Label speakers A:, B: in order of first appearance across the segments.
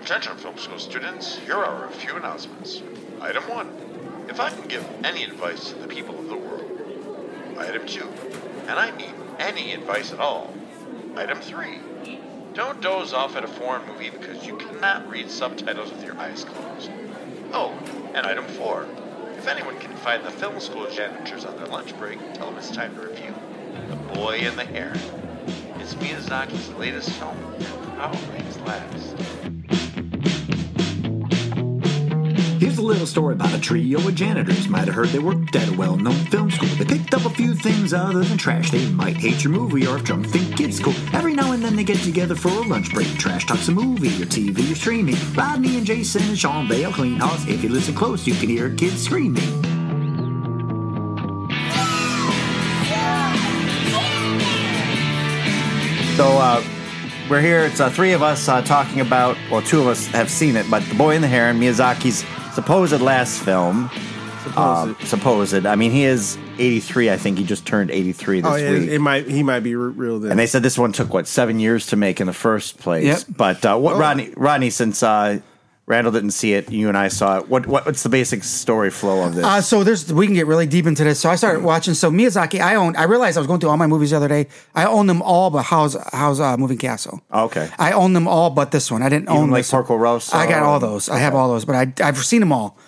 A: Attention, film school students, here are a few announcements. Item 1. If I can give any advice to the people of the world. Item 2. And I mean any advice at all. Item 3. Don't doze off at a foreign movie because you cannot read subtitles with your eyes closed. Oh, and item 4. If anyone can find the film school janitors on their lunch break, tell them it's time to review The Boy and the Heron. It's Miyazaki's latest film, and probably his last.
B: Here's a little story about a trio of janitors. Might have heard they worked at a well known film school. They picked up a few things other than trash. They might hate your movie or if drunk think it's cool. Every now and then they get together for a lunch break. Trash talks a movie or TV or streaming. Rodney and Jason and Sean Bale clean house. If you listen close, you can hear kids screaming.
C: So uh, we're here. It's uh, three of us uh, talking about. Well, two of us have seen it, but The Boy and the Heron, Miyazaki's supposed last film.
A: Um,
C: Uh, supposed. I mean, he is 83. I think he just turned 83 this
D: Oh, yeah,
C: week.
D: it, it might he might be re- real then.
C: and they said this one took what seven years to make in the first place.
B: Yep.
C: But uh,
E: Oh.
C: what, Rodney, Rodney, since uh, Randall didn't see it, you and I saw it. What, what what's the basic story flow of this?
E: Uh, so there's we can get really deep into this. So I started watching. So Miyazaki, I own. I realized I was going through all my movies the other day. I own them all, but how's how's uh, Moving Castle?
C: Okay.
E: I own them all, but this one I didn't own.
C: Oh. like uh,
E: this one.
C: Porco Rosso
E: I got all
C: and-
E: those. I have all those, but I I've seen them all.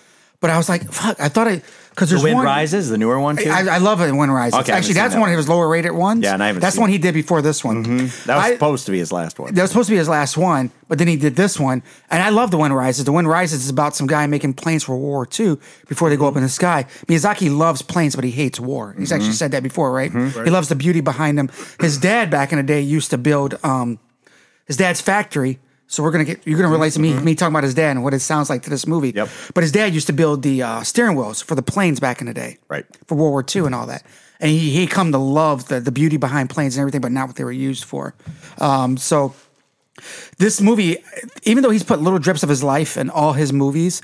E: But I was like, fuck. I thought I because
C: the
E: there's
C: Wind
E: one,
C: Rises, the newer one too.
E: I, I love it when Rises.
C: Okay, I haven't
E: Actually,
C: seen
E: that's
C: that
E: one
C: one.
E: of his lower rated ones.
C: Yeah, and I haven't
E: That's
C: seen
E: one
C: it. Mm-hmm.
E: he did before this one.
C: that was
E: I-
C: supposed to be his last one.
E: that was supposed to be his last one, but then he did this one, and I love the Wind Rises. The Wind Rises is about some guy making planes for World War II before they go up in the sky. Miyazaki loves planes, but he hates war. He's
C: Mm-hmm.
E: actually said that before, right? He loves the beauty behind them. His dad back in the day used to build um, his dad's factory. So we're gonna get you're gonna relate to me me talking about his dad and what it sounds like to this movie.
C: Mm-hmm. Yep.
E: But his dad used to build the uh, steering wheels for the planes back in the day,
C: Right.
E: For World War II and all that. And he he come to love the the beauty behind planes and everything, but not what they were used for. Um, so this movie, even though he's put little drips of his life in all his movies,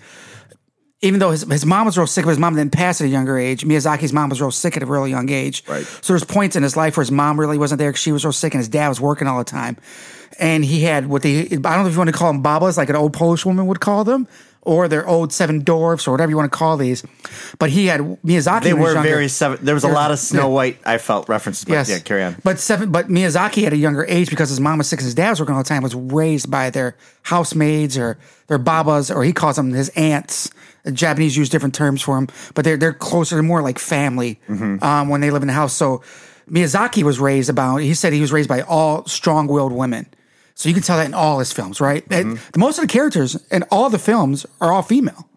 E: even though his, his mom was real sick, but his mom didn't pass at a younger age. Miyazaki's mom was real sick at a really young age.
C: Right.
E: So there's points in his life where his mom really wasn't there because she was real sick and his dad was working all the time. And he had what they, I don't know if you want to call them babas, like an old Polish woman would call them, or their old seven dwarfs or whatever you want to call these. But he had Miyazaki.
C: They
E: when he was
C: were
E: younger-
C: very seven. Uh, There was a
E: There's-
C: lot of Snow
E: yeah.
C: White. I felt references. But
E: Yes.
C: Yeah, carry on.
E: But seven. But Miyazaki at a younger age, because his mom was sick and his dad was working all the time, was raised by their housemaids or their babas, or he calls them his aunts. The Japanese use different terms for them, but they're they're closer. They're more like family
C: Mm-hmm.
E: um, when they live in the house. So Miyazaki was raised about. He said he was raised by all strong-willed women. So you can tell that in all his films, right? And most of the characters in all the films are all female.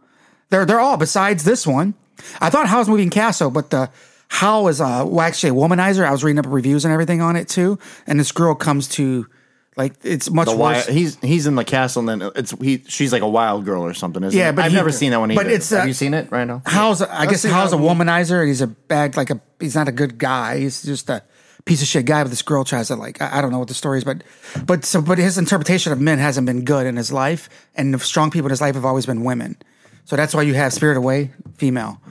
E: They're they're all besides this one. I thought How's Moving Castle, but the How is uh well, actually a womanizer. I was reading up reviews and everything on it too, and this girl comes to like it's much
C: the
E: worse.
C: wild, he's he's in the castle, and then it's he she's like a wild girl or something. Isn't
E: Yeah,
C: it?
E: but
C: I've
E: he-
C: never seen that one.
E: but
C: Either.
E: it's, uh,
C: have you seen it, Randall?
E: How's I guess
D: seen
E: How's a
D: that movie.
E: womanizer? He's a bad like a he's not a good guy. He's just a piece of shit guy. But this girl tries to like I, I don't know what the story is, but but so but his interpretation of men hasn't been good in his life, and the strong people in his life have always been women. So that's why you have Spirit Away, female.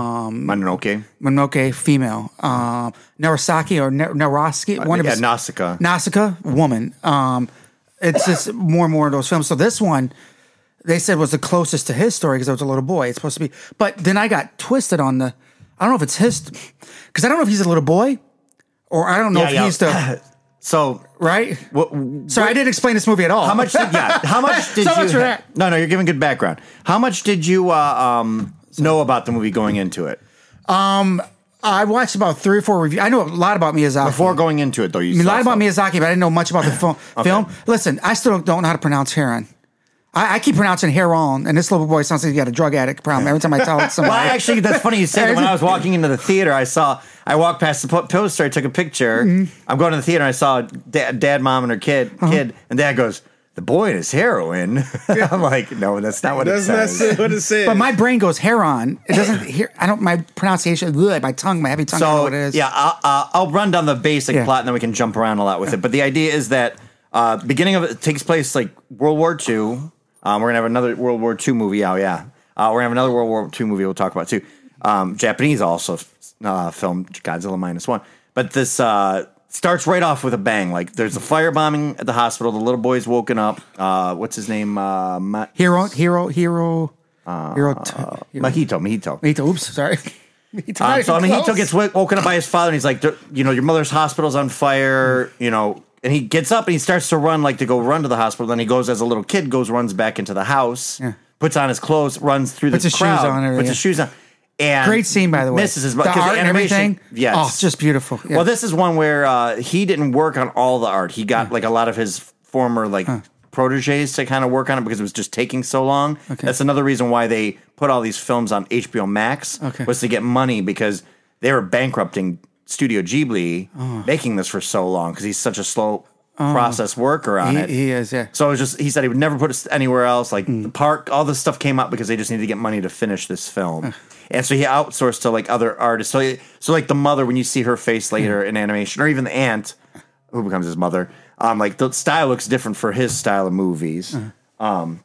C: Mononoke.
E: Mononoke, female. Um, Narasaki or Na- Naroski, one of
C: Uh, yeah,
E: his,
C: Nausicaa.
E: Nausicaa, woman. Um, it's just more and more of those films. So this one, they said was the closest to his story because it was a little boy. It's supposed to be, but then I got twisted on the. I don't know if it's his, because I don't know if he's a little boy, or I don't know
C: Yeah,
E: if
C: yeah.
E: he's the
C: So
E: right.
C: what?
E: Sorry, I didn't explain this movie at all.
C: How much? Did, yeah. How much did
E: So
C: you?
E: much for that.
C: No, no. You're giving good background. How much did you uh, um, know about the movie going into it?
E: I watched about three or four reviews. I know a lot about Miyazaki.
C: Before going into it, though, you
E: You
C: saw
E: lied about
C: something.
E: Miyazaki, but I didn't know much about the film. Film. Listen, I still don't know how to pronounce heron. I, I keep pronouncing heron, and this little boy sounds like he got a drug addict problem every time I tell it somebody.
C: Well, actually, that's funny you say that. When I was walking into the theater, I saw I walked past the po- poster. I took a picture.
D: Mm-hmm.
C: I'm going to the theater. I saw dad, dad mom, and her kid,
D: Uh-huh.
C: kid, and dad goes, "The boy and his heroin." I'm like, "No, that's not what it
D: doesn't that
C: says."
D: say what it says?
E: but my brain goes heron. It doesn't hear. I don't. My pronunciation. Ugh, my tongue. My heavy tongue. I don't know
C: so
E: what it is.
C: yeah, I'll, uh, I'll run down the basic
E: Yeah.
C: plot, and then we can jump around a lot with it. But the idea is that uh, beginning of it takes place like World War II. Um, we're gonna have another World War II movie out. Yeah, uh, we're gonna have another World War II movie. We'll talk about too. Um, Japanese also uh, film Godzilla minus one, but this uh, starts right off with a bang. Like there's a firebombing at the hospital. The little boy's woken up. Uh, what's his name? Uh, Ma-
E: Hero, hero, hero, hero.
C: Uh,
E: T- hero.
C: Mahito. Mahito.
E: Mojito, oops, sorry. Mojito,
C: Um,
E: not
C: so
E: even
C: I mean, he
E: close.
C: took gets wo- woken up by his father, and he's like, "There- you know, your mother's hospital's on fire, you know. And he gets up and he starts to run, like to go run to the hospital. Then he goes as a little kid, goes runs back into the house,
E: Yeah.
C: puts on his clothes, runs through
E: Puts
C: the
E: his shoes
C: crowd,
E: on and everything.
C: puts his shoes on. And
E: Great scene, by the way.
C: Misses his
E: The
C: 'cause
E: art and
C: animation-
E: everything?
C: Yeah,
E: Oh, it's just beautiful. Yeah.
C: Well, this is one where uh, he didn't work on all the art. He got like a lot of his former like proteges to kind of work on it because it was just taking so long.
E: Okay.
C: That's another reason why they put all these films on HBO Max
E: Okay.
C: was to get money because they were bankrupting Studio Ghibli
E: Oh.
C: making this for so long because he's such a slow process worker on
E: He,
C: it.
E: he is, yeah.
C: so it was just he said he would never put us anywhere else. Like the park, all this stuff came up because they just needed to get money to finish this film, and so he outsourced to like other artists. So, he- so like the mother, when you see her face later in animation, or even the aunt who becomes his mother, um, like the style looks different for his style of movies. Um,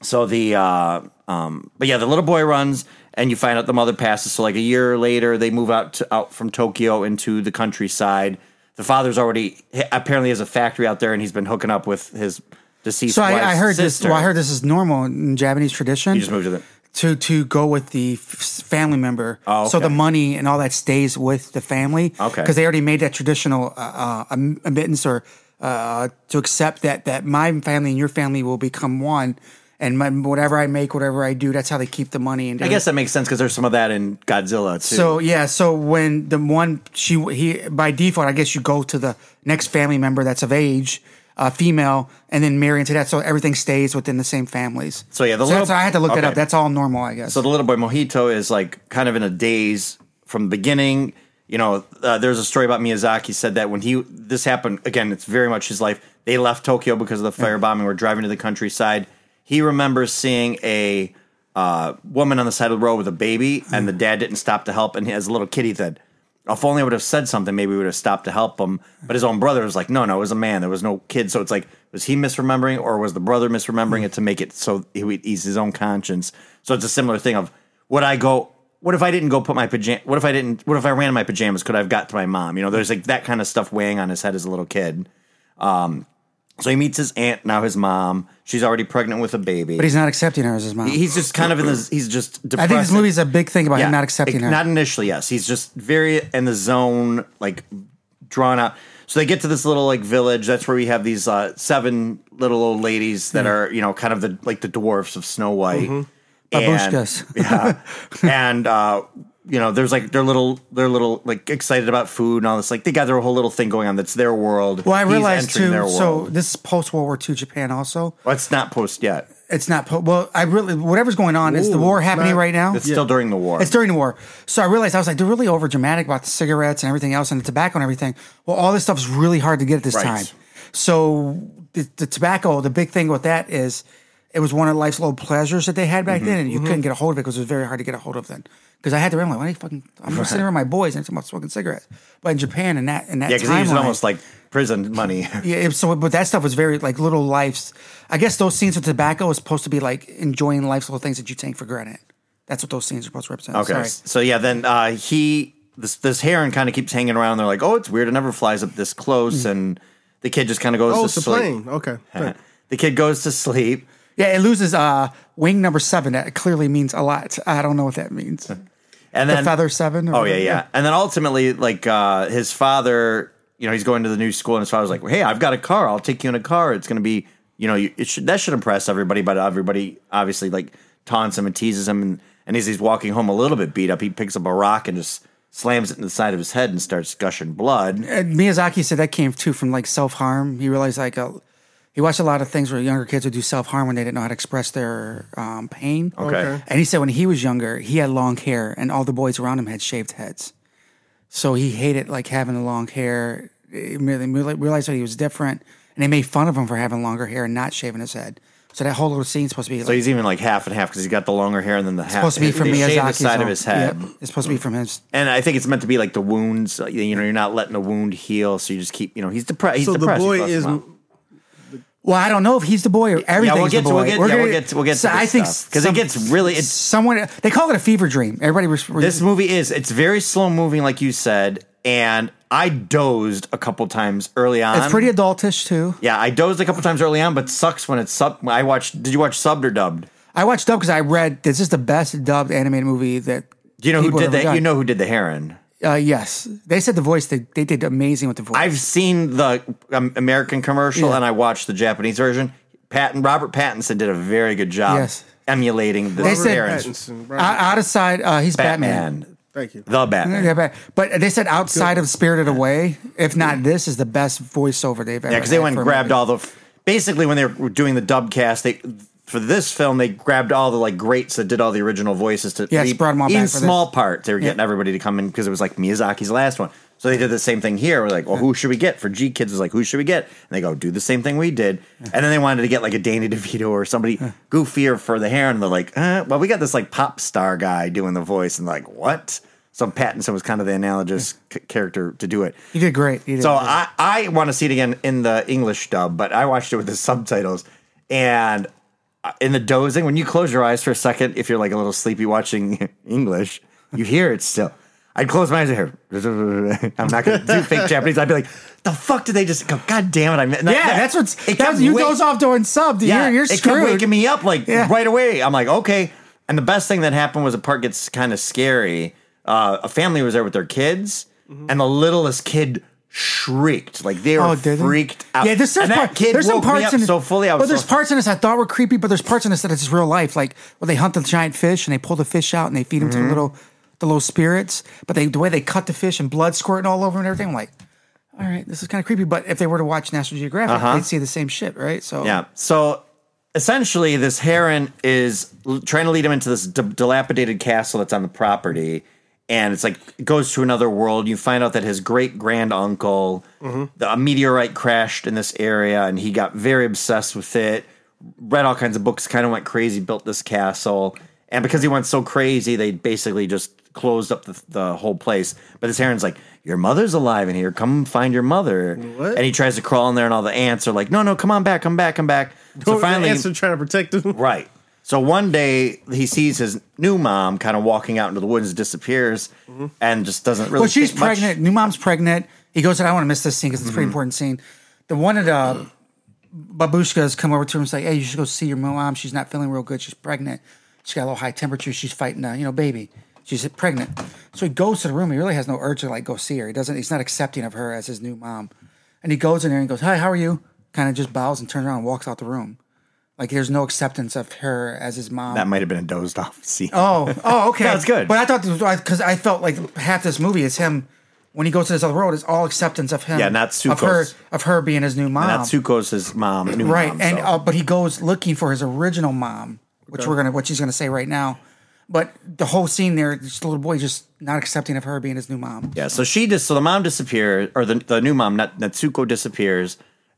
C: so the uh, um, but yeah, the little boy runs, and you find out the mother passes. So like a year later, they move out to, out from Tokyo into the countryside. The father's already he apparently has a factory out there, and he's been hooking up with his deceased.
E: So I, I
C: wife's
E: heard this.
C: sister.
E: Well, I heard this is normal in Japanese tradition.
C: He just moved to the.
E: to to go with the f- family member.
C: Oh, okay.
E: So the money and all that stays with the family.
C: Okay.
E: Because they already made that traditional uh, uh, am- admittance or uh, to accept that that my family and your family will become one. And my, whatever I make, whatever I do, that's how they keep the money. And
C: I guess that makes sense because there's some of that in Godzilla too.
E: so yeah, so when the one she he by default, I guess you go to the next family member that's of age, uh, female, and then marry into that, so everything stays within the same families.
C: So, yeah, the
E: so
C: little-
E: that's, I had to look that
C: okay.
E: up. That's all normal, I guess.
C: So the little boy Mojito is like kind of in a daze from the beginning. You know, uh, there's a story about Miyazaki said that when he this happened again, it's very much his life. They left Tokyo because of the firebombing. We're driving to the countryside. He remembers seeing a uh, woman on the side of the road with a baby, and the dad didn't stop to help. And he, as a little kid, he said, "If only I would have said something, maybe we would have stopped to help him." But his own brother was like, "No, no, it was a man. There was no kid." So it's like, was he misremembering, or was the brother misremembering it to make it so he would ease his own conscience? So it's a similar thing of would I go? What if I didn't go put my pajama? What if I didn't? What if I ran in my pajamas? Could I have got to my mom? You know, there's like that kind of stuff weighing on his head as a little kid. Um, so he meets his aunt now, his mom. She's already pregnant with a baby.
E: but he's not accepting her as his mom.
C: he's just kind of in this. He's just. Depressed.
E: I think this movie's a big thing about him not accepting
C: Like,
E: her.
C: Not initially, yes. He's just very in the zone, like drawn out. So they get to this little like village. That's where we have these uh, seven little old ladies
E: Hmm.
C: that are, you know, kind of the like the dwarfs of Snow White. And-
E: Mm-hmm. Babushkas.
C: yeah. And uh, you know, there's like they're little they're little like excited about food and all this. Like they got their whole little thing going on that's their world.
E: well, I
C: He's
E: realized
C: entering
E: too.
C: their
E: So
C: world.
E: this is post World War II Japan. Also,
C: Well, it's not post yet.
E: it's not. Po- well, I really whatever's going on is the
D: Ooh,
E: war happening
D: not-
E: right now.
C: It's still during the war.
E: Oh. It's during the war. So I realized I was like, they're really over dramatic about the cigarettes and everything else and the tobacco and everything. Well, all this stuff's really hard to get at this
C: Right.
E: time. So the, the tobacco, the big thing with that is it was one of life's low pleasures that they had back then,
C: Mm-hmm.
E: and you couldn't get a hold of it because it was very hard to get a hold of then. Because I had to remember, like, why do you fucking? I'm just sitting around with my boys and I'm talking about smoking cigarettes. But in Japan, and that and that
C: yeah, because he
E: timeline,
C: was almost like prison money.
E: yeah, it- so but that stuff was very like little life's. I guess those scenes with tobacco is supposed to be like enjoying life's little things that you take for granted. That's what those scenes are supposed to represent.
C: Okay.
E: Sorry.
C: So yeah, then uh, he this this heron kind of keeps hanging around. They're like, oh, it's weird. It never flies up this close, and the kid just kind of goes
D: Oh,
C: to
D: it's a
C: sleep.
D: plane. Okay. Right.
C: the kid goes to sleep.
E: Yeah, it loses uh, wing number seven. That clearly means a lot. I don't know what that means.
C: And
E: The
C: then
E: feather seven or
C: oh yeah,
E: whatever,
C: yeah,
E: yeah.
C: And then ultimately, like uh, his father, you know, he's going to the new school, and his father's like, "Hey, I've got a car. I'll take you in a car. It's going to be, you know, you, it should, that should impress everybody." But everybody obviously like taunts him and teases him, and, and as he's walking home a little bit beat up, he picks up a rock and just slams it in the side of his head and starts gushing blood.
E: And Miyazaki said that came too from like self harm. He realized like uh he watched a lot of things where younger kids would do self harm when they didn't know how to express their um, pain.
C: Okay.
E: And he said when he was younger, he had long hair, and all the boys around him had shaved heads. So he hated like having the long hair. He really really realized that he was different, and they made fun of him for having longer hair and not shaving his head. So that whole little scene's supposed to be like,
C: So he's even like half and half because he's got the longer hair and then the half.
E: supposed to be from
C: they shave the
E: Miyazaki's
C: side of
E: own-
C: his head,
E: Yep, it's supposed to be from his
C: and I think it's meant to be like the wounds. uh, You know, you're not letting the wound heal, so you just keep. You know, he's depressed. He's
D: So the
C: depressed.
D: boy
C: He busts
D: is
C: him out.
E: Well, I don't know if he's the boy or everything.
C: we'll get
E: the
C: to- we'll
E: boy.
C: get-
E: We're
C: yeah,
E: gonna-
C: we'll get to- we'll get to
E: so
C: this
E: I think
C: stuff, 'cause it
E: some-
C: gets really- it's-
E: someone they call it a fever dream. Everybody was
C: This movie is. It's very slow moving, like you said, and I dozed a couple times early on.
E: It's pretty adultish too.
C: Yeah, I dozed a couple times early on, but sucks when it's sub. I watched. Did you watch subbed or dubbed?
E: I watched dubbed because I read this is the best dubbed animated movie that.
C: Do you know
E: people
C: who
E: have
C: did
E: ever
C: that?
E: done.
C: You know who did the heron?
E: Uh, yes, they said the voice. They, they did amazing with the voice.
C: I've seen the um, American commercial
E: Yeah.
C: and I watched the Japanese version. Patton Robert Pattinson did a very good job
E: Yes.
C: emulating the
E: They said-
C: heron's
D: Pattinson,
E: O-
D: right.
E: out of sight, uh, he's Batman.
C: Batman.
D: Thank you.
C: The Batman.
E: Yeah, but, but they said outside of Spirited Away, if not this, is the best voiceover they've ever.
C: Yeah, because they
E: had
C: went
E: for
C: and
E: a
C: grabbed
E: movie.
C: all the. f- Basically, when they were doing the dub cast, they for this film they grabbed all the like greats that did all the original voices to
E: Yes,
C: they-
E: brought 'em all
C: in
E: back for
C: small
E: this.
C: parts. They were getting everybody to come in because it was like Miyazaki's last one. So they did the same thing here. We're like, well, who should we get for G Kids? Was like, who should we get? And they go, do the same thing we did. And then they wanted to get like a Danny DeVito or somebody goofier for the hair, and they're like, uh, well, we got this like pop star guy doing the voice, and like what? So Pattinson was kind of the analogous c- character to do it.
E: He did great. He did
C: So
E: great.
C: I, I want to see it again in the English dub, but I watched it with the subtitles. And uh, in the dozing, when you close your eyes for a second, if you're like a little sleepy watching English, you hear it still. I'd close my eyes and hear, I'm not going to do fake Japanese. I'd be like, the fuck did they just go? God damn it. I meant
E: yeah, that's what's that's, you doze off doing sub.
C: Yeah,
E: you're, you're
C: it
E: screwed.
C: kept waking me up like
E: Yeah.
C: right away. I'm like, okay. And the best thing that happened was the part gets kind of scary. Uh, a family was there with their kids, and the littlest kid shrieked like they were
E: Mm-hmm. Oh, did they?
C: freaked out.
E: Yeah, there's, there's,
C: and
E: part,
C: that kid
E: there's some
C: woke me
E: parts
C: up
E: in
C: so fully. I
E: well,
C: was
E: there's
C: so-
E: parts in this I thought were creepy, but there's parts in this that it's just real life. Like when they hunt the giant fish and they pull the fish out and they feed them
C: Mm-hmm.
E: to the little the little spirits. But they the way they cut the fish and blood squirting all over and everything. I'm like, all right, this is kind of creepy. But if they were to watch National Geographic, they'd see the same shit, right? So
C: Uh-huh. Yeah. So essentially, this heron is l- trying to lead him into this d- dilapidated castle that's on the property. And it's like, it goes to another world. You find out that his great grand uncle, the a meteorite crashed in this area and he got very obsessed with it, read all kinds of books, kind of went crazy, built this castle. And because he went so crazy, they basically just closed up the, the whole place. But this heron's like, Your mother's alive in here. Come find your mother. And he tries to crawl in there, and all the ants are like, No, no, come on back, come back, come back. So finally,
D: answer trying to protect him.
C: right. So one day he sees his new mom kind of walking out into the woods, disappears, and just doesn't really.
E: Mm-hmm. Well, she's
C: think much. Mm-hmm.
E: pregnant. New mom's pregnant. He goes, I don't want to miss this scene because it's a pretty important scene. The one of the babushkas come over to him and say, Hey, you should go see your mom. She's not feeling real good. She's pregnant. She's got a little high temperature. She's fighting a you know baby. She's pregnant. So he goes to the room. He really has no urge to like go see her. He doesn't. He's not accepting of her as his new mom. And he goes in there and goes, Hi, how are you? Kind of just bows and turns around and walks out the room. Like there's no acceptance of her as his mom.
C: That might have been a dozed off scene.
E: Oh, oh, okay.
C: No, it's good.
E: But I thought because I felt like half this movie is him when he goes to this other world. It's all acceptance of him.
C: Yeah, not
E: of her
C: Tsukos.
E: of her being his new mom.
C: And that's Tsuko's his mom, new
E: right,
C: mom,
E: and
C: so.
E: uh, but he goes looking for his original mom, which we're gonna what she's gonna say right now. But the whole scene there, just the little boy just not accepting of her being his new mom.
C: Yeah, so she just so the mom disappears, or the the new mom, Nat- Natsuko disappears.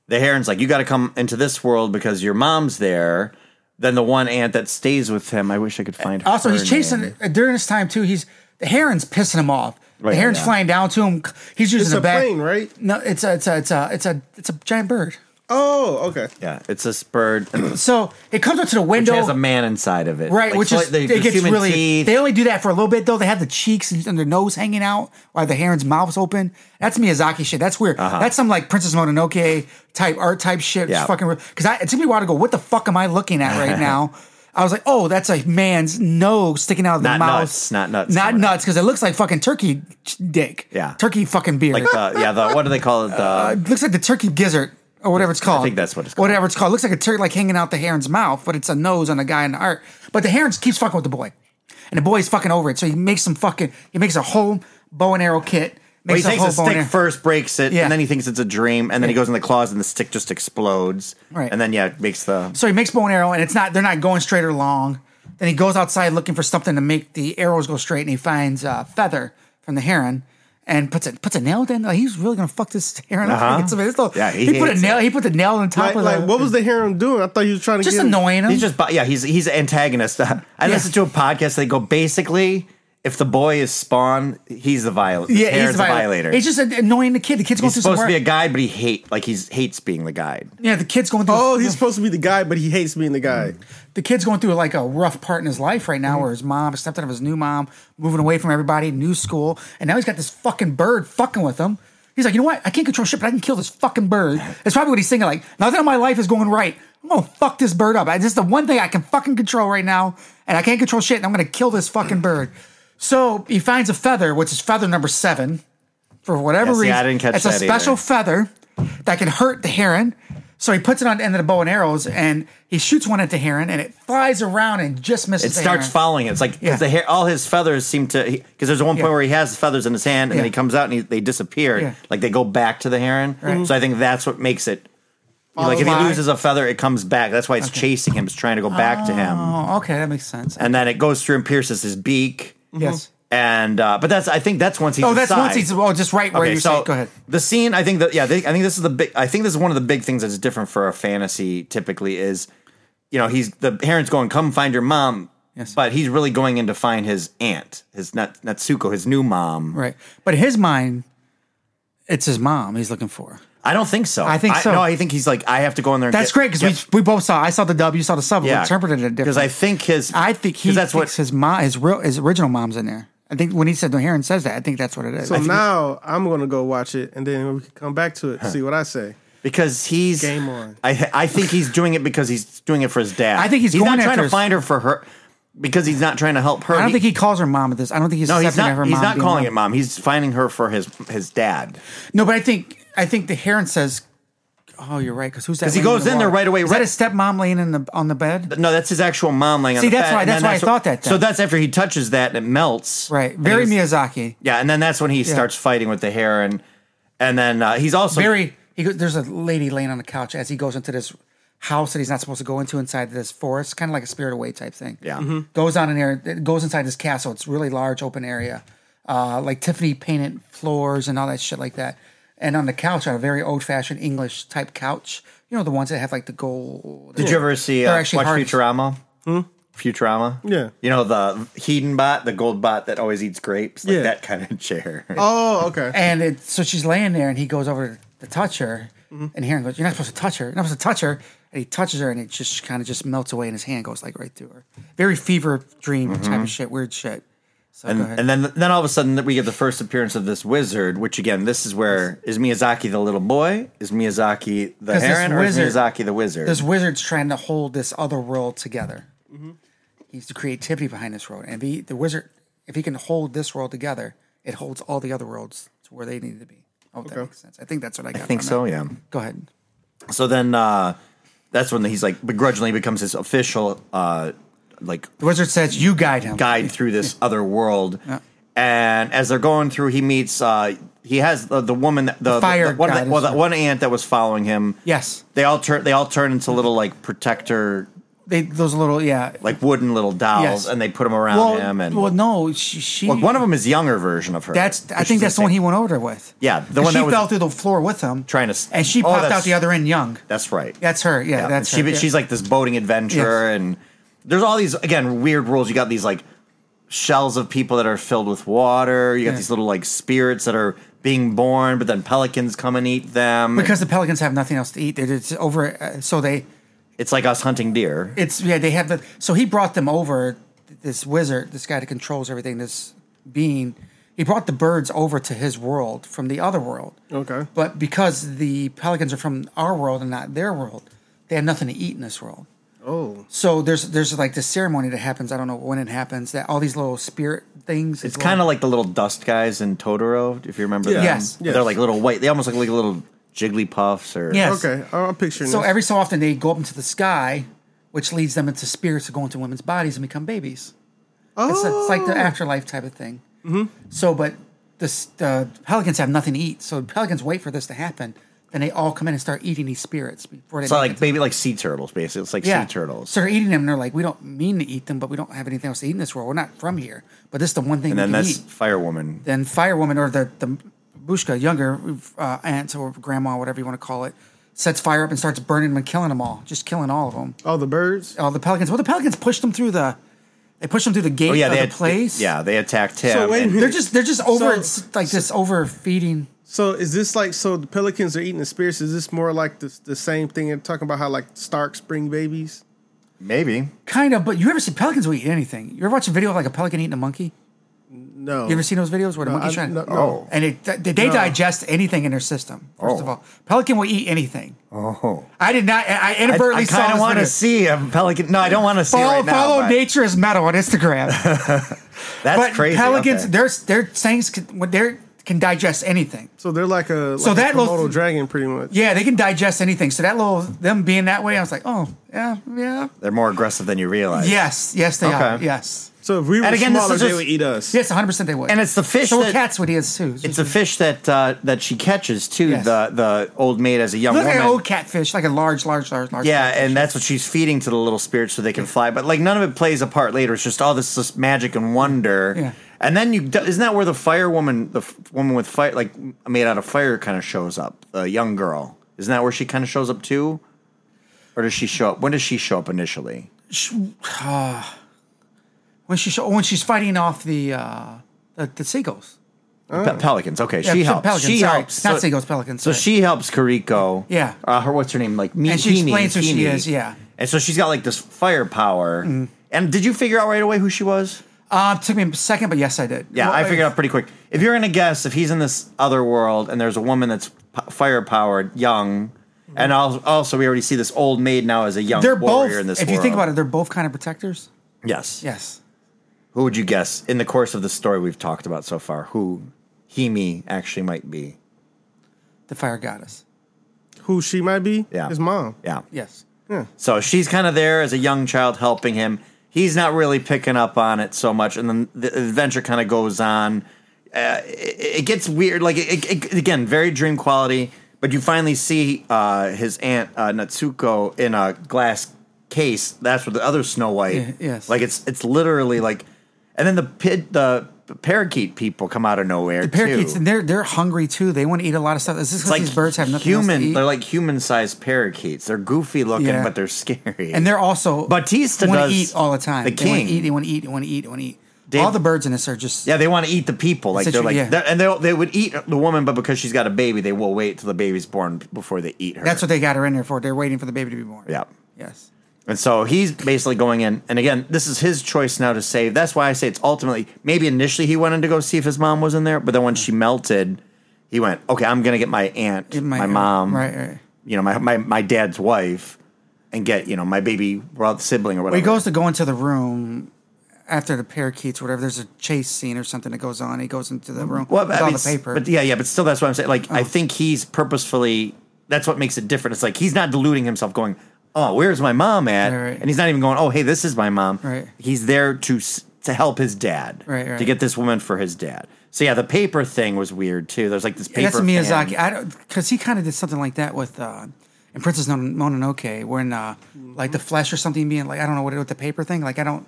C: The heron's like, you got to come into this world because your mom's there. Then the one aunt that stays with him, I wish I could find.
E: Also,
C: her
E: he's chasing uh,
C: name.
E: during this time too. He's the heron's pissing him off.
C: Right,
E: the heron's
C: yeah.
E: flying down to him. He's using
D: It's
E: the
D: a
E: back.
D: plane, right?
E: No, it's a, it's a, it's a, it's a, it's a giant bird.
D: Oh, okay.
C: Yeah, it's this bird which
E: So it comes up to the window.
C: has a man inside of it,
E: Right,
C: Like,
E: which
C: so
E: is
C: the- the
E: it gets
C: human
E: really.
C: teeth.
E: They only do that for a little bit though. They have the cheeks and, and their nose hanging out while the heron's mouth's open. That's Miyazaki shit. That's weird. That's some like Princess Mononoke type art type shit.
C: Uh-huh. Yeah.
E: It's fucking because I it took me a while to go. What the fuck am I looking at right now? I was like, oh, that's a man's nose sticking out of the
C: Not
E: mouth.
C: nuts, not nuts,
E: Not
C: right.
E: nuts because it looks like fucking turkey ch- dick.
C: Yeah.
E: turkey fucking beard.
C: like uh, the yeah the what do they call it? The
E: Uh, It looks like the turkey gizzard or whatever it's called.
C: think that's what it's called.
E: Whatever it's called. It looks like a turkey like hanging out the heron's mouth, but it's a nose on a guy in the art. But the heron keeps fucking with the boy. And the boy's fucking over it. So he makes some fucking he makes a whole bow and arrow kit.
C: well, he
E: Makes
C: takes
E: whole
C: a
E: bow and
C: stick
E: arrow-
C: first, breaks it,
E: Yeah.
C: and then he thinks it's a dream, and then he goes in the claws, and the stick just explodes.
E: Right.
C: and then yeah, it makes the
E: So he makes bow and arrow, and it's not they're not going straight or long. Then he goes outside looking for something to make the arrows go straight, and he finds a feather from the heron and puts a puts a nail in. Like, he's really gonna fuck this heron
C: Uh-huh.
E: up. It's, it's, it's,
C: Yeah, he
E: he, put a
C: hates
E: nail. He put the nail on top
D: Like,
E: of
D: like,
E: the,
D: what was the harem doing? I thought he was trying to
E: just
D: get him.
E: annoying him.
C: He's just, bi- yeah, he's he's antagonist. I listened to a podcast. They go basically, if the boy is Spawn, he's the violent.
E: Yeah, he's
C: Terrence
E: the
C: the
E: violator.
C: violator.
E: It's just annoying the kid. The kid's going
C: he's
E: through some
C: supposed to
E: work.
C: be a guide, but he hate like he's hates being the guide.
E: yeah, the kid's going through.
D: Oh, he's supposed to be the guy, but he hates being the guy.
E: the kid's going through like a rough part in his life right
C: Mm-hmm.
E: now, where his mom stepped out of his new mom, moving away from everybody, new school, and now he's got this fucking bird fucking with him. He's like, you know what? I can't control shit, but I can kill this fucking bird. That's probably what he's thinking. Like, nothing in my life is going right. I'm gonna fuck this bird up. I, this is the one thing I can fucking control right now, and I can't control shit. And I'm gonna kill this fucking bird. So he finds a feather, which is feather number seven, for whatever
C: Yeah, see, I
E: reason.
C: didn't catch
E: it's
C: that
E: a
C: either.
E: special feather that can hurt the heron. So he puts it on the end of the bow and arrows, and he shoots one at the heron, and it flies around and just
C: It
E: misses. the
C: starts
E: heron.
C: following. It's like 'cause
E: Yeah.
C: the hair, all his feathers seem to because there's one point
E: Yeah.
C: where he has feathers in his hand and
E: Yeah.
C: then he comes out and he, they disappear.
E: Yeah.
C: Like they go back to the heron. So I think that's what makes it. like if he
E: Follow by.
C: loses a feather, it comes back. That's why it's chasing him. It's trying to go back to him,
E: Oh, okay, that makes sense.
C: and then it goes through and pierces his beak.
E: Yes.
C: And uh, but that's I think that's once he's
E: Oh, that's once
C: inside.
E: he's oh, just right where you said. Go ahead.
C: The scene, I think that yeah, they, I think this is the big. I think this is one of the big things that's different for a fantasy. Typically, is you know he's the parents going, "Come find your mom,"
E: Yes.
C: but he's really going in to find his aunt, his Nat, Natsuko, his new mom.
E: Right, but his mind, it's his mom he's looking for.
C: I don't think so.
E: I think so.
C: No, I think he's like, I have to go in there. and
E: That's
C: get-
E: great because
C: get-
E: we we both saw. I saw the dub. You saw the sub. We interpreted it
C: because
E: differently.
C: I think his
E: I think he
C: 'cause that's
E: that's
C: what
E: thinks his mom, his real, his original mom's in there. I think when he said the heron says that, I think that's what it is.
D: So
E: I think-
D: now I'm gonna go watch it, and then we can come back to it, see what I say.
C: because he's
D: Game on.
C: I I think he's doing it because he's doing it for his dad.
E: I think he's
C: he's
E: going
C: not trying
E: after
C: to
E: his-
C: find her for her because he's not trying to help her.
E: I don't think he calls her mom at this. I don't think he's
C: No, he's
E: accepting of her
C: not. He's
E: mom
C: not
E: being
C: calling
E: mom.
C: it mom. He's finding her for his his dad.
E: No, but I think I think the heron says, "Oh, you're right." Because who's that?
C: 'Cause he
E: laying
C: goes
E: the
C: in there
E: water?
C: right away,
E: Is
C: right-
E: that his stepmom laying in the on the bed?
C: No, that's his actual mom laying on
E: See,
C: the
E: that's
C: bed,
E: why-
C: and
E: that's
C: then
E: why I thought that then.
C: So that's after he touches that and it melts.
E: Right,
C: And
E: very
C: he's-
E: Miyazaki.
C: Yeah, and then that's when he starts fighting with the hair and and then uh, he's also
E: Very. He goes, there's a lady laying on the couch as he goes into this house that he's not supposed to go into inside this forest, kind of like a spirit away type thing.
C: yeah.
E: goes on in there, it goes inside this castle. It's really large, open area, uh, like Tiffany painted floors and all that shit like that. And on the couch, on a very old fashioned English type couch, you know the ones that have like the gold.
C: Did you ever see
E: They're
C: uh, watch
E: actually hard-
C: Futurama? Futurama.
D: Hmm? Yeah.
C: You know the heathen bot, the gold bot that always eats grapes, like
D: Yeah.
C: that kind of chair.
D: Oh, okay.
E: And it, so she's laying there, and he goes over to touch her, and Heron goes, "You're not supposed to touch her. You're not supposed to touch her." And he touches her, and it just kind of just melts away, and his hand goes like right through her. Very fever dream type of shit, weird shit. So go ahead.
C: Mm-hmm. Mm. and then then all of a sudden we get the first appearance of this wizard, which again, this is where is Miyazaki the little boy? Is Miyazaki the
E: 'Cause this
C: heron, or is
E: wizard-
C: Miyazaki the wizard?
E: this wizard's trying to hold this other world together.
C: Mm-hmm.
E: He's the creativity behind this world, and if he, the wizard, if he can hold this world together, it holds all the other worlds to where they need to be. Oh, that makes sense. I think that's what I got.
C: I think so, yeah.
E: Go ahead.
C: So then uh that's when he's like begrudgingly becomes his official uh like
E: The wizard says, "You guide him."
C: guide through this other world. And as they're going through, he meets uh he has the, the woman that the, the-
E: fire
C: the- one,
E: god
C: that, well,
E: is-
C: that one aunt that was following him.
E: Yes,
C: They all turn they all turn into little like protector
E: they those little yeah.
C: like wooden little dolls
E: Yes.
C: and they put them around
E: well,
C: him and
E: well, no, she. she
C: Well, one of them is the younger version of her.
E: That's. I
C: which
E: think
C: is
E: that's the one he
C: same-
E: went over there with.
C: Yeah, the
E: And
C: one
E: she
C: that was-
E: fell through the floor with him,
C: Trying to s-
E: and she
C: Oh,
E: popped out
C: that's-
E: the other end young.
C: That's right.
E: That's her. Yeah, that's
C: she,
E: her.
C: but
E: Yeah.
C: She's like this boating adventurer, and there's all these again weird rules. You got these like shells of people that are filled with water. You got
E: Yeah.
C: these little like spirits that are being born, but then pelicans come and eat them.
E: because the pelicans have nothing else to eat. They're just over. Uh, so they
C: it's like us hunting deer.
E: It's yeah, they have the so he brought them over this wizard, this guy that controls everything, this being. He brought the birds over to his world from the other world.
D: Okay.
E: But because the pelicans are from our world and not their world, they have nothing to eat in this world.
D: Oh,
E: So there's there's like this ceremony that happens. I don't know when it happens. That all these little spirit things.
C: It's kind of like the little dust guys in Totoro, if you remember.
D: Yeah.
C: them.
E: Yes.
C: they're
D: Yes.
C: like little white. They almost look like little Jigglypuffs or
E: Yes.
D: okay. Oh, I'm picturing.
E: So
D: this.
E: every so often they go up into the sky, which leads them into spirits that go into women's bodies and become babies. It's, it's like
C: Oh.
E: the afterlife type of thing. Mm-hmm. So, but this, the pelicans have nothing to eat. So pelicans wait for this to happen. Then they all come in and start eating these spirits before they.
C: It's not
E: make
C: like
E: it to-
C: maybe like sea turtles, basically. It's like
E: yeah.
C: sea turtles.
E: So they're eating them, and they're like, "We don't mean to eat them, but we don't have anything else to eat in this world. We're not from here, but this is the one thing
C: and
E: we
C: then
E: can
C: that's
E: eat."
C: Fire Woman.
E: then firewoman or the the bushka younger uh, aunt or grandma whatever you want to call it sets fire up and starts burning them and killing them all just killing all of them
D: all Oh, the birds.
E: all the pelicans well the pelicans pushed them through the they pushed them through the gate
C: Oh yeah,
E: of
C: they
E: the
C: had,
E: place
C: yeah, they attacked him.
D: wait a
C: and-
D: minute.
E: they're just they're just over
D: So-
E: it's like this overfeeding
D: So is this like so the pelicans are eating the spirits? Is this more like the, the same thing and talking about how like Starks bring babies?
C: Maybe.
E: kind of but you ever see pelicans will eat anything you ever watch a video of like a pelican eating a monkey
D: No.
E: You ever seen those videos where the
D: No,
E: monkey's
D: I-
E: trying?
D: no, no.
C: Oh.
E: and it, th- they
D: No.
E: digest anything in their system. First
C: Oh.
E: of all, pelican will eat anything.
C: Oh.
E: I did not. I I
C: I,
E: inadvertently
C: I
E: saw
C: kind of
E: this
C: want to
E: video.
C: see a pelican. No, I don't want to see it
E: Follow,
C: right now.
E: follow
C: but
E: nature is metal on Instagram.
C: That's
E: but
C: crazy.
E: pelicans,
C: okay.
E: their their things can, when they're can digest anything.
D: So they're like a like
E: So
D: so
E: that
D: that
E: little-
D: Komodo dragon, pretty much.
E: Yeah, they can digest anything. So that little them being that way, I was like, oh yeah, yeah,
C: They're more aggressive than you realize.
E: yes, yes, they are.
C: Okay.
E: Yes,
D: So if we were
C: And again, this
D: smaller,
C: is
D: they
C: just-
D: would eat us.
E: yes, one hundred percent they would.
C: And it's the fish
E: so
C: that-
E: cats would eat us too.
C: It's a fish that uh, that she catches too.
E: Yes.
C: The the old maid as a young
E: It looks like
C: woman.
E: an old catfish, like a large, large, large, large.
C: yeah,
E: catfish.
C: and that's what she's feeding to the little spirits so they can fly. But like none of it plays a part later. It's just all this, this magic and wonder.
E: Yeah.
C: And then you isn't that where the fire woman, the f- woman with fire, like made out of fire, kind of shows up. The young girl isn't that where she kind of shows up too, or does she show up? When does she show up initially?
E: when she show- when she's fighting off the uh, the, the seagulls.
C: Pe- pelicans. Okay,
E: Yeah,
C: she
E: so
C: helps.
E: Pelicans,
C: she
E: sorry.
C: helps.
E: Not
C: So-
E: seagulls, pelicans.
C: So
E: sorry.
C: she helps Kariko.
E: Yeah.
C: Uh, her what's her name? Like me.
E: And she explains who she is, yeah. Mm-hmm.
C: And so she's got like this firepower. And did you figure out right away who she was?
E: uh, took me a second, but yes, I did.
C: Yeah,
E: Well, uh,
C: I figured out pretty quick. If you're gonna guess, if he's in this other world and there's a woman that's p- fire powered, young, and al- also we already see this old maid now as a young
E: They're both.
C: warrior in this.
E: if you think
C: world.
E: about it, they're both kind of protectors.
C: yes,
E: Yes.
C: Who would you guess in the course of the story we've talked about so far? Who Hemi actually might be?
E: The fire goddess.
D: Who she might be?
C: Yeah,
D: His mom.
C: Yeah,
E: Yes.
C: So she's kind of there as a young child helping him. He's not really picking up on it so much, and then the adventure kind of goes on. Uh, it, it gets weird, like it, it- it- again, very dream quality. But you finally see uh, his aunt uh, Natsuko in a glass case. That's with the other Snow White.
E: Yeah, yes.
C: like it's it's literally like, and then the pit the parakeet people come out of nowhere.
E: The parakeets,
C: too.
E: and they're they're hungry too. They want to eat a lot of stuff. Is this
C: It's
E: because these birds have nothing else
C: human.
E: to eat?
C: They're like human sized parakeets. They're goofy looking,
E: Yeah.
C: but they're scary.
E: and they're also
C: Batista
E: want
C: does
E: to eat all the time.
C: the
E: They wanna
C: king.
E: eat. They want to eat. They want to eat. They want to eat.
C: Dave-
E: all the birds in this are just
C: Yeah, they want to eat the people. Like
E: Situ-
C: they're like,
E: yeah.
C: they're, and they they would eat the woman, but because she's got a baby, they will wait till the baby's born before they eat her.
E: That's what they got her in there for. They're waiting for the baby to be born.
C: Yeah.
E: Yes.
C: And so he's basically going in, and again, this is his choice now to save. That's why I say it's ultimately maybe initially he went in to go see if his mom was in there, but then when she melted, he went, okay, I'm gonna get my aunt,
E: Get
C: my,
E: my aunt,
C: mom,
E: right, right.
C: you know, my, my my dad's wife, and get you know my baby brother sibling or whatever.
E: He goes to go into the room after the parakeets or whatever. There's a chase scene or something that goes on. He goes into the room
C: Mm-hmm. Well,
E: with
C: I
E: all
C: mean,
E: the paper. Oh.
C: But yeah, yeah, but still, that's what I'm saying. Like, I think he's purposefully. That's what makes it different. It's like he's not deluding himself, going, "Oh, where's my mom at?"
E: Right, right.
C: And he's not even going, "Oh, hey, this is my mom."
E: Right.
C: He's there to s- to help his dad,
E: Right, right.
C: to get this woman for his dad. So yeah, the paper thing was weird too. There's like this
E: And
C: paper.
E: that's Miyazaki.
C: fan.
E: I don't because he kind of did something like that with uh, in Princess Mon- Mononoke, when uh,
C: Mm-hmm.
E: like the flesh or something being like I don't know what it- with the paper thing. Like I don't.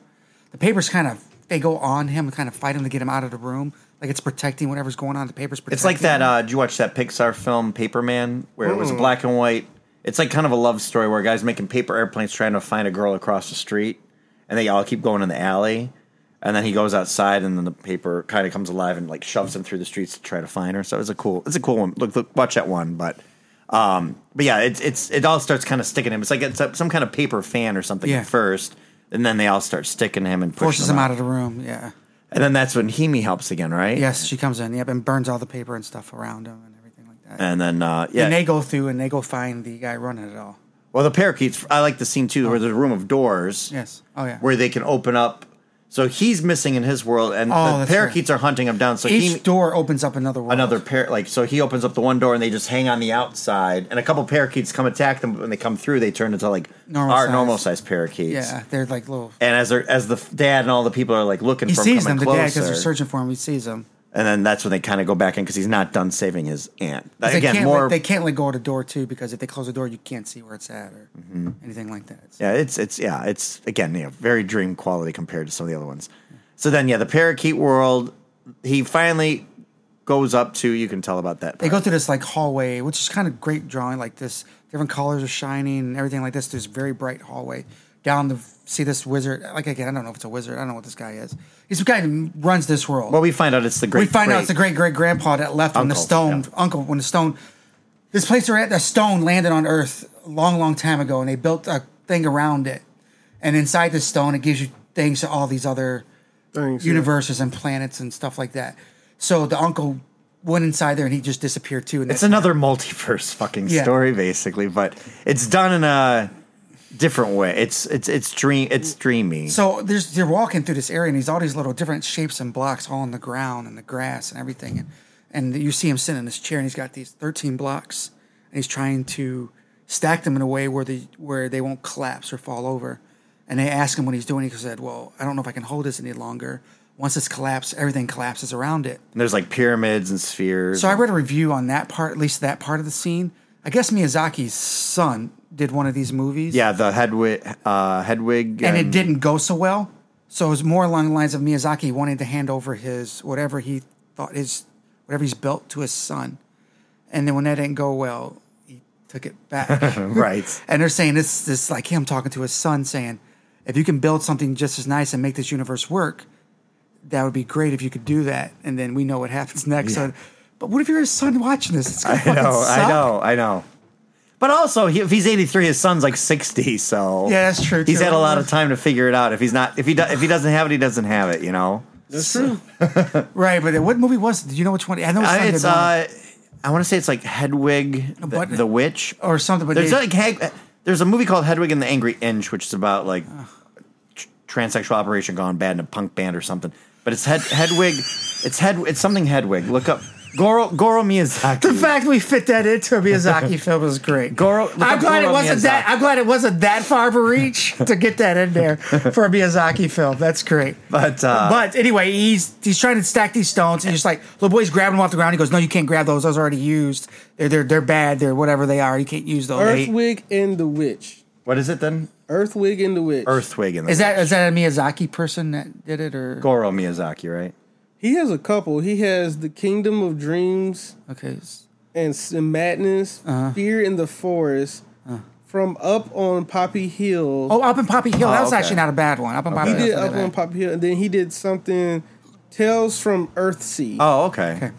E: The papers kind of they go on him and kind of fight him to get him out of the room. Like it's protecting whatever's going on. The papers. Protecting
C: It's like that.
E: him.
C: Uh, did you watch that Pixar film Paperman, where it was
E: Mm.
C: a black and white? It's like kind of a love story where a guys making paper airplanes trying to find a girl across the street, and they all keep going in the alley, and then he goes outside, and then the paper kind of comes alive and like shoves him through the streets to try to find her. So it's a cool, it's a cool one. Look, look, watch that one. But, um, but yeah, it's it's it all starts kind of sticking him. It's like it's a, some kind of paper fan or something
E: Yeah.
C: at first, and then they all start sticking him and pushing
E: forces him out of the room. Yeah.
C: and then that's when Hemi helps again, right?
E: Yes, she comes in. Yep, and burns all the paper and stuff around him and everything like that.
C: And then uh, yeah,
E: And they go through and they go find the guy running it all.
C: Well, the parakeets. I like the scene too, where there's a room of doors.
E: Oh. Yes. Oh, yeah.
C: Where they can open up. So he's missing in his world, and
E: Oh,
C: the
E: that's
C: parakeets are hunting him down. So
E: Each
C: he
E: door opens up another world.
C: another pair like so he opens up the one door and they just hang on the outside, and a couple parakeets come attack them. but When they come through, they turn into like
E: Normal
C: our
E: size.
C: normal sized parakeets.
E: Yeah, they're like little.
C: And as they're, as the f- dad and all the people are like looking
E: He
C: for him
E: sees them,
C: coming
E: the dad, because they're
C: closer.
E: searching for him. He sees them.
C: and then that's when they kind of go back in because he's not done saving his aunt.
E: They
C: Again,
E: can't
C: more
E: let, they can't let go of the door too because if they close the door, you can't see where it's at or anything like that. So-
C: Mm-hmm. Yeah, it's it's yeah, it's again, you know, very dream quality compared to some of the other ones. So then, yeah, the parakeet world. He finally goes up to. You can tell about that.
E: They go
C: part.
E: through this like hallway, which is kind of great drawing. Like this, different colors are shining and everything like this. There's very bright hallway down the see this wizard. Like again, I don't know if it's a wizard. I don't know what this guy is. He's the guy who runs this world.
C: Well, we find out it's the great.
E: we find out it's the great great grandpa that left when the
C: Uncle,
E: stone
C: yeah.
E: uncle when the stone this place they're at the stone landed on Earth a long long time ago and they built a thing around it and inside the stone it gives you things to all these other
D: Thanks, yeah.
E: universes and planets and stuff like that. So the uncle went inside there and he just disappeared too. And
C: It's
E: that's-
C: another multiverse fucking
E: Yeah.
C: story, basically, but it's done in a different way. It's it's it's dream it's dreamy.
E: So there's they're walking through this area and he's all these little different shapes and blocks all on the ground and the grass and everything and and you see him sitting in his chair and he's got these 13 blocks and he's trying to stack them in a way where the where they won't collapse or fall over. And they ask him what he's doing. He said, "Well, I don't know if I can hold this any longer. Once it's collapsed, everything collapses around it."
C: and there's like pyramids and spheres.
E: So I read a review on that part, at least that part of the scene. I guess Miyazaki's son did one of these movies.
C: yeah, the Hedwig uh Hedwig
E: and it didn't go so well. So it was more along the lines of Miyazaki wanting to hand over his whatever he thought his whatever he's built to his son, and then when that didn't go well, he took it back.
C: right.
E: and they're saying this this like him talking to his son, saying, "If you can build something just as nice and make this universe work, that would be great. If you could do that, and then we know what happens next." So, but what if you're his son watching this? It's gonna
C: I
E: fucking
C: know, I
E: suck.
C: know, I know. But also, he, if he's 83, his son's like 60, so
E: Yeah, that's true,
C: He's
E: too.
C: had a lot of time to figure it out. If he's not, if he do, if he doesn't have it, he doesn't have it. You know,
D: That's true.
E: right? But what movie was? it? Do you know which one? I know
C: I,
E: it's,
C: it's
E: uh,
C: uh, I want to say it's like Hedwig the,
E: But-
C: the Witch
E: or something. But
C: uh, There's
E: they-
C: like Hag- there's a movie called Hedwig and the Angry Inch, which is about like tr- transsexual operation gone bad in a punk band or something. But it's Hed- Hedwig. It's Hed. It's something Hedwig. Look up Goro Goro Miyazaki.
E: The fact we fit that into a Miyazaki film is great.
C: Goro- look
E: I'm
C: up
E: glad it
C: Goro
E: wasn't that.
C: Miyazaki.
E: I'm glad it wasn't that far of a reach to get that in there for a Miyazaki film. That's great.
C: But, uh,
E: but anyway, he's he's trying to stack these stones, and he's like, little boy's grabbing them off the ground. He goes, "No, you can't grab those. Those are already used. They're they're, they're bad. They're whatever they are. You can't use those."
D: Earthwig and the Witch.
C: what is it then?
D: Earthwig and the Witch.
C: Earthwig and the
E: Is that is that a Miyazaki person that did it or
C: Goro Miyazaki, right?
D: He has a couple. He has the Kingdom of Dreams
E: okay? s-
D: and S- Madness, Fear in the Forest, from Up on Poppy Hill.
E: Oh, Up in Poppy Hill. that was
C: okay.
E: actually not a bad one. Up in Poppy
D: he
E: Hill.
D: did Up on Poppy Hill, and then he did something. Tales from Earthsea.
C: Oh, okay.
E: Okay.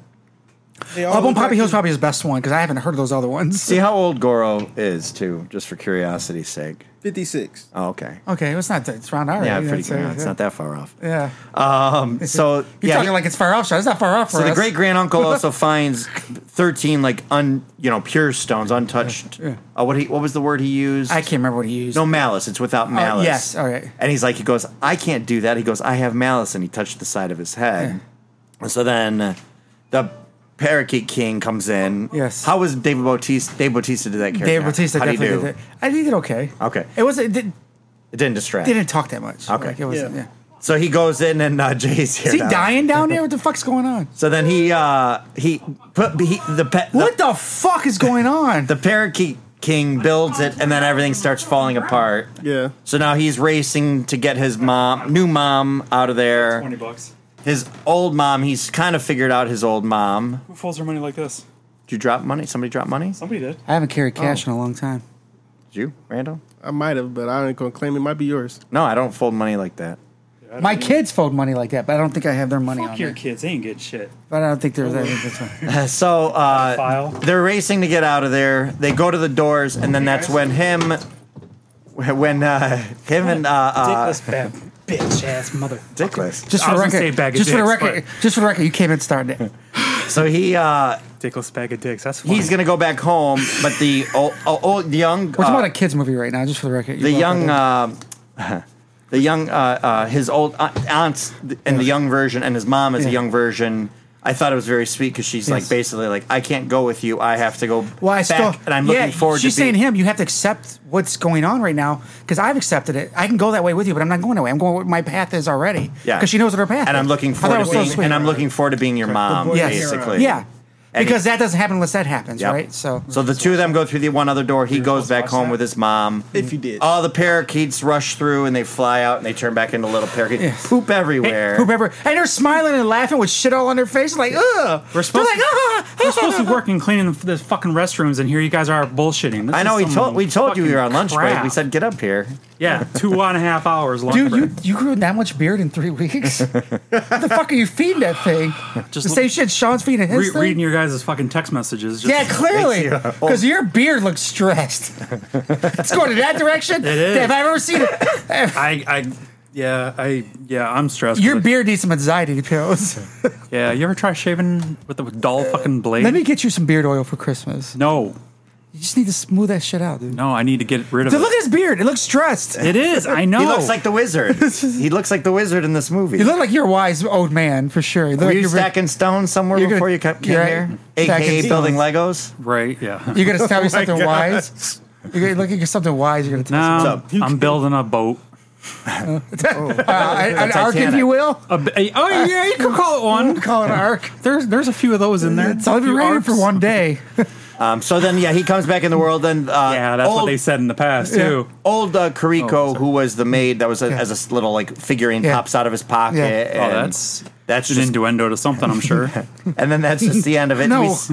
D: They all
E: Up on
D: look
E: Poppy
D: like
E: Hill is
D: he-
E: probably his best one because I haven't heard of those other ones.
C: See how old Goro is too, just for curiosity's sake.
D: 56.
C: Oh, okay.
E: Okay, it's not. It's uh, around our.
C: Yeah,
E: area,
C: pretty.
E: so-
C: yeah, it's not that far off.
E: Yeah.
C: Um, so
E: You're
C: yeah,
E: talking like it's far off, so it's not far off for
C: So the
E: us.
C: great grand uncle also finds thirteen like un you know pure stones, untouched. Uh, what he what was the word he used?
E: I can't remember what he used.
C: No malice. It's without malice.
E: Oh, yes, all right.
C: And he's like, he goes, I can't do that. He goes, I have malice, and he touched the side of his head. And so then uh, the parakeet king comes in.
E: Yes.
C: How was David Bautista? Dave Bautista did that character.
E: Dave Bautista
C: How'd he
E: definitely
C: do?
E: did it. I think he did okay.
C: Okay.
E: It was. It did,
C: It didn't distract.
E: didn't talk that much.
C: Okay.
E: Like, it was. Yeah.
D: Yeah.
C: So he goes in, and uh, Jay's here.
E: Is he
C: now.
E: dying down there? What the fuck's going on?
C: So then he uh he put he, the pet.
E: What the fuck is going on?
C: the parakeet king builds it and then everything starts falling apart
D: Yeah.
C: so now he's racing to get his mom new mom out of there
F: Twenty bucks.
C: his old mom he's kind of figured out his old mom
F: Who folds their money like this?
C: did you drop money somebody drop money did
F: Somebody did.
E: I haven't carried
C: Oh.
E: cash in a long time.
C: you randall
D: I might have, but I ain't gonna claim it. Might be yours.
C: no i don't fold money like that
E: My kids fold money like that, but I don't think I have their money
F: Fuck
E: on
F: your Oh.
E: there.
F: kids. They ain't get shit.
E: But I don't think they're that. That's fine.
C: so uh
F: File.
C: they're racing to get out of there they go to the doors and then that's when him when uh him and uh, uh
F: Dickless bad bitch ass mother.
C: dickless
E: Just for
F: I
E: the
F: was gonna say
E: record.
F: bag of
E: Just for the
F: dicks,
E: record. Just for the record, you came in starting it.
C: so he uh
F: Dickless bag of dicks. That's funny.
C: he's gonna go back home but the old, old
E: We're
C: young
E: talking
C: uh,
E: about a kids movie right now. Just for the record. You're
C: the
E: welcome.
C: young uh, the young uh, uh, his old aunt, aunts and the young version and his mom is a
E: Yeah.
C: young version I thought it was very sweet because she's like
E: Yes.
C: basically like I can't go with you I have to go
E: Well, I
C: back
E: still,
C: and I'm looking
E: yeah,
C: forward
E: She's
C: to
E: saying
C: being
E: him. You have to accept what's going on right now because I've accepted it. I can go that way with you, but I'm not going that way. I'm going where my path is already.
C: Yeah.
E: because she knows what her path.
C: and
E: is.
C: I'm looking
E: I thought it
C: forward
E: was
C: to
E: so
C: being
E: sweet.
C: and I'm looking forward to being your mom
E: Yes.
C: basically
E: Yeah,
C: And-
E: because that doesn't happen unless that happens,
C: Yep.
E: right? So,
C: so the two of them go through the one other door he goes
F: supposed to
C: back
F: watch
C: home
F: that?
C: with his mom
D: If you did.
C: all the parakeets rush through and they fly out and they turn back into little parakeets poop everywhere
E: whoever and they're smiling and laughing with shit all on their face, like ugh.
F: We're supposed
E: they're like,
F: to-
E: ah,
F: we're supposed to be working cleaning the, the fucking restrooms, and here you guys are bullshitting. This
C: I
F: is
C: know we
F: some
C: told we told you we were on
F: fucking
C: lunch break
F: crap.
C: we said get up here
F: yeah, two and a half hours lunch
E: Dude,
F: break.
E: you, you grew that much beard in three weeks? what the fuck are you feeding that thing?
F: Just
E: the same shit Sean's feeding his
F: Re-
E: thing?
F: reading your guys' fucking text messages. Just,
E: Yeah, clearly, because your beard looks stressed. it's going in that direction. It
F: is.
E: Have I ever seen it?
F: I, I Yeah, I yeah, I'm stressed.
E: Your
F: with-
E: beard needs some anxiety pills.
F: Yeah, you ever try shaving with a dull fucking
C: Uh,
F: blade?
E: Let me get you some beard oil for Christmas.
F: no,
E: You just need to smooth that shit out, dude.
F: no, I need to get rid of
E: Dude,
F: it.
E: look at his beard. It looks stressed.
F: it is. I know.
C: He looks like the wizard. he looks like the wizard in this movie.
E: You look like you're a wise old man for sure. You look
C: Were
E: like
C: you
E: you're,
C: stacking stones somewhere
E: you're gonna-
C: before you ca- came
E: you're right.
C: here?
E: Stacking
C: AKA building Legos.
F: right. Yeah.
E: you're gonna tell me something
D: God.
E: wise. You're gonna look at something wise. You're gonna tell me.
F: Now
C: up?
F: I'm building a boat.
E: something- Uh, an arc, if
C: Titanic.
E: you will.
F: A b- a- oh yeah, you could call it one.
E: Call it an arc.
F: There's there's a few of those in there.
E: It's only been
F: Few
E: rated
F: arcs.
E: for one day.
C: Um, so then, yeah, he comes back in the world. Then, uh,
F: Yeah, that's
C: old,
F: what they said in the past too.
C: Old uh, Kariko, who was the maid that was a,
E: Oh, Yeah.
C: as a s- little like figurine,
E: Yeah.
C: pops out of his pocket.
E: Yeah.
F: Oh,
C: and
F: that's
C: that's
F: an
C: just
F: innuendo to something, I'm sure.
C: And then that's just the end of it.
E: No.
C: We, s-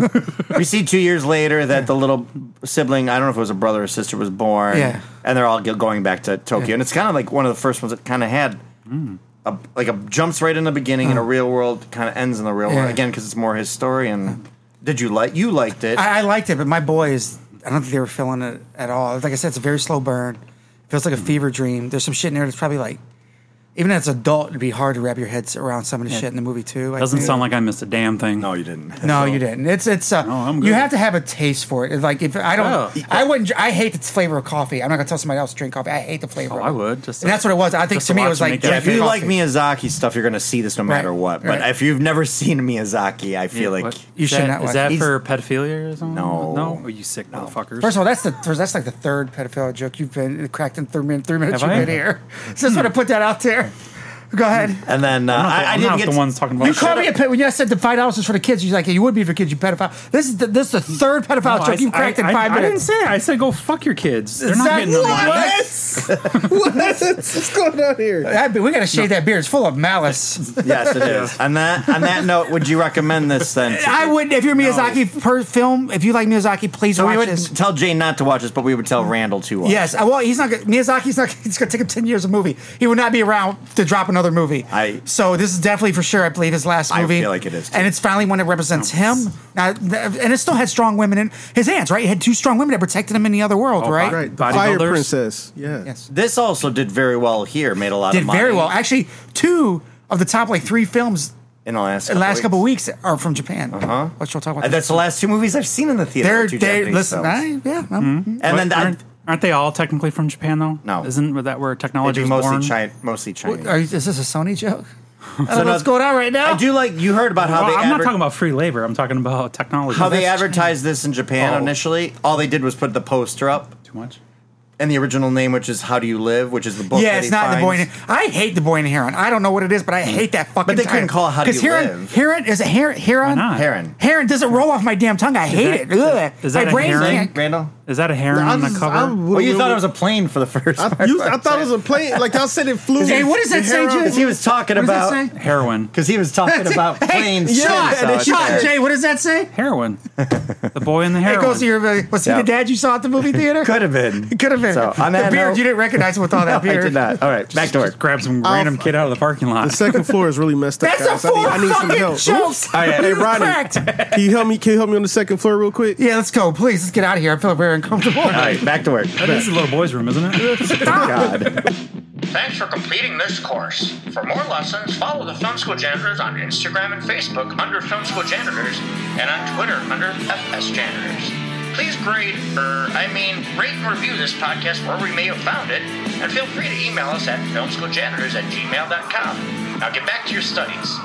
C: we see two years later that the little sibling, I don't know if it was a brother or sister, was born.
E: Yeah.
C: And they're all go- going back to Tokyo. And it's kind of like one of the first ones that kind of had. A, like a jumps right in the beginning and a real world kind of ends in the real
E: Yeah.
C: world again because it's more his story and did you like you liked it
E: I, I liked it, but my boys, I don't think they were feeling it at all. Like I said, it's a very slow burn. It feels like a
F: Mm-hmm.
E: fever dream. There's some shit in there that's probably like, even as an adult, it'd be hard to wrap your heads around some of the shit in the movie too. I
F: Doesn't
E: think.
F: sound like I missed a damn thing.
C: no you didn't
E: No, you didn't. It's it's. Uh,
F: I'm
E: You
F: good.
E: have to have a taste for it. It's Like if I don't,
F: Yeah.
E: I wouldn't. I hate the flavor of coffee. I'm not gonna tell somebody else to drink coffee. I hate the flavor.
F: Oh,
E: of
F: I
E: it.
F: would. Just
E: And that's what it was. I think
F: just
E: to me
F: watch
E: it was
F: them
E: like
F: make it
C: yeah, if you
E: Coffee.
C: like Miyazaki stuff you're gonna see this no matter
E: Right,
C: what but
E: right.
C: if you've never seen Miyazaki I feel like
F: What?
E: You
F: Is
E: should
F: that-
E: not
F: Is
E: like-
F: that
C: He's-
F: for pedophilia or something?
C: No.
F: no. Are you sick motherfuckers?
E: First of all, that's the first- that's like the third pedophile joke you've been cracked in three minutes. Three minutes
F: Have
E: you've
F: I?
E: been here. So just want to put that out there. Go ahead.
C: and then uh,
F: I'm
C: I,
F: not, the-
C: I
F: I'm
C: didn't
F: not
C: get
F: the
C: to-
F: ones talking about.
E: You
F: it.
E: call me a ped when you said the five dollars was for the kids. You're like, yeah, you would be for kids, you pedophile. This is the, this is the third pedophile
F: No, I-
E: joke you've cracked
F: I-
E: in five
F: I, I didn't
E: minutes.
F: say that. I said go fuck your kids. They're not
E: Exactly.
F: getting nothing.
D: What's going on here?
E: That- we gotta shave that beard. It's full of malice.
C: yes it is on that on that note would you recommend this then to
E: I would, if you're a Miyazaki per film, if you like Miyazaki, please
C: So
E: watch
C: we would
E: this.
C: tell Jane not to watch this, but we would tell Randall to watch.
E: Mm. Yes, I, well, he's not gonna- Miyazaki's not. It's going to take him ten years of movie. He will not be around to drop another movie.
C: I-
E: so this is definitely for sure. I believe his last
C: I
E: movie.
C: feel like it is, too.
E: and it's finally one that represents him. Now, th- and it still had strong women in his hands, right? It had two strong women that protected him in the other world,
F: Oh,
E: right?
F: body-
D: Right, the Fire
F: Bodybuilders?
D: Princess. Yeah.
E: Yes,
C: This also did very well here, made a lot
E: did
C: of money.
E: very well. Actually, two of the top like three films
C: in the last
E: in the last couple of weeks are from Japan. Uh-huh. Which we'll talk about.
C: Uh, That's the last two movies I've seen in the theater.
E: They're,
C: two
E: they're
C: Japanese
E: listen. I,
C: films. Mm-hmm.
E: yeah, I'm-
C: and then
F: But
C: that
F: aren't, aren't they all technically from Japan though?
C: No.
F: Isn't that where technology
C: it'd be
F: was
C: mostly
F: born?
C: China, mostly Chinese.
E: Are you, is this a Sony joke? I don't
C: So
E: know
C: now-
E: what's going on right now.
C: I do like you heard about how
F: Well,
C: they
F: I'm not
C: adver-
F: talking about free labor. I'm talking about technology.
C: how they
F: That's
C: advertised this in Japan
F: Oh.
C: initially. All they did was put the poster up
F: too much.
C: and the original name, which is "How Do You Live," which is the book.
E: Yeah,
C: that
E: it's
C: he
E: not the boy. In,
C: finds.
E: I hate the boy in the heron. I don't know what it is, but I hate that fucking.
C: they couldn't
E: title.
C: call it How Do
E: 'Cause
C: You
E: heron,
C: Live?
E: Heron is a heron. Heron.
F: not?
C: Heron.
E: Heron doesn't roll off my damn tongue. I hate
F: that-
E: it. Ugh.
F: is that
E: my
F: a heron?
E: can't-
C: Randall.
F: Is that a heron on the
D: just-
F: cover?
D: I'm-
C: Well, you thought it was a plane for the first.
D: I, you, I thought it was a plane. Like y'all said, it flew.
E: Hey, what does that say,
C: because he was talking
E: What does that
C: about
E: say?
F: Heroin.
C: because he was talking about
E: Hey,
C: planes.
E: Sean,
C: so it's
E: Sean,
C: there.
E: Jay, what does that say?
F: Heroin. the boy in the
E: It
F: heroin.
E: goes to your. uh, Was he
C: Yeah.
E: the dad you saw at the movie theater?
C: Could have been.
E: It could have been.
C: So, on
E: the
C: that
E: beard
C: note-
E: you didn't recognize him with all
C: No,
E: that
C: I
E: beard.
C: did not. All right, back to work.
F: Just grab some random kid out of the parking
D: The
F: lot.
D: second floor is really messed up.
E: That's
D: guys.
E: a
D: I need-
E: four
D: I need some
E: fucking
D: help.
E: jokes.
C: All right.
E: He
D: Hey,
E: was
D: Rodney,
E: cracked.
D: can you help me? Can you help me on the second floor real quick?
E: Yeah, let's go. Please, let's get out of here. I feel very uncomfortable.
C: All right, back to work.
F: That is a little boy's room, isn't it?
C: God.
G: Thanks for completing this course. For more lessons, follow the Film School Janitors on Instagram and Facebook under Film School Janitors and on Twitter under FS Janitors. Please grade, er, I mean, rate and review this podcast wherever you may have found it, and feel free to email us at filmschooljanitors at gmail.com. Now get back to your studies.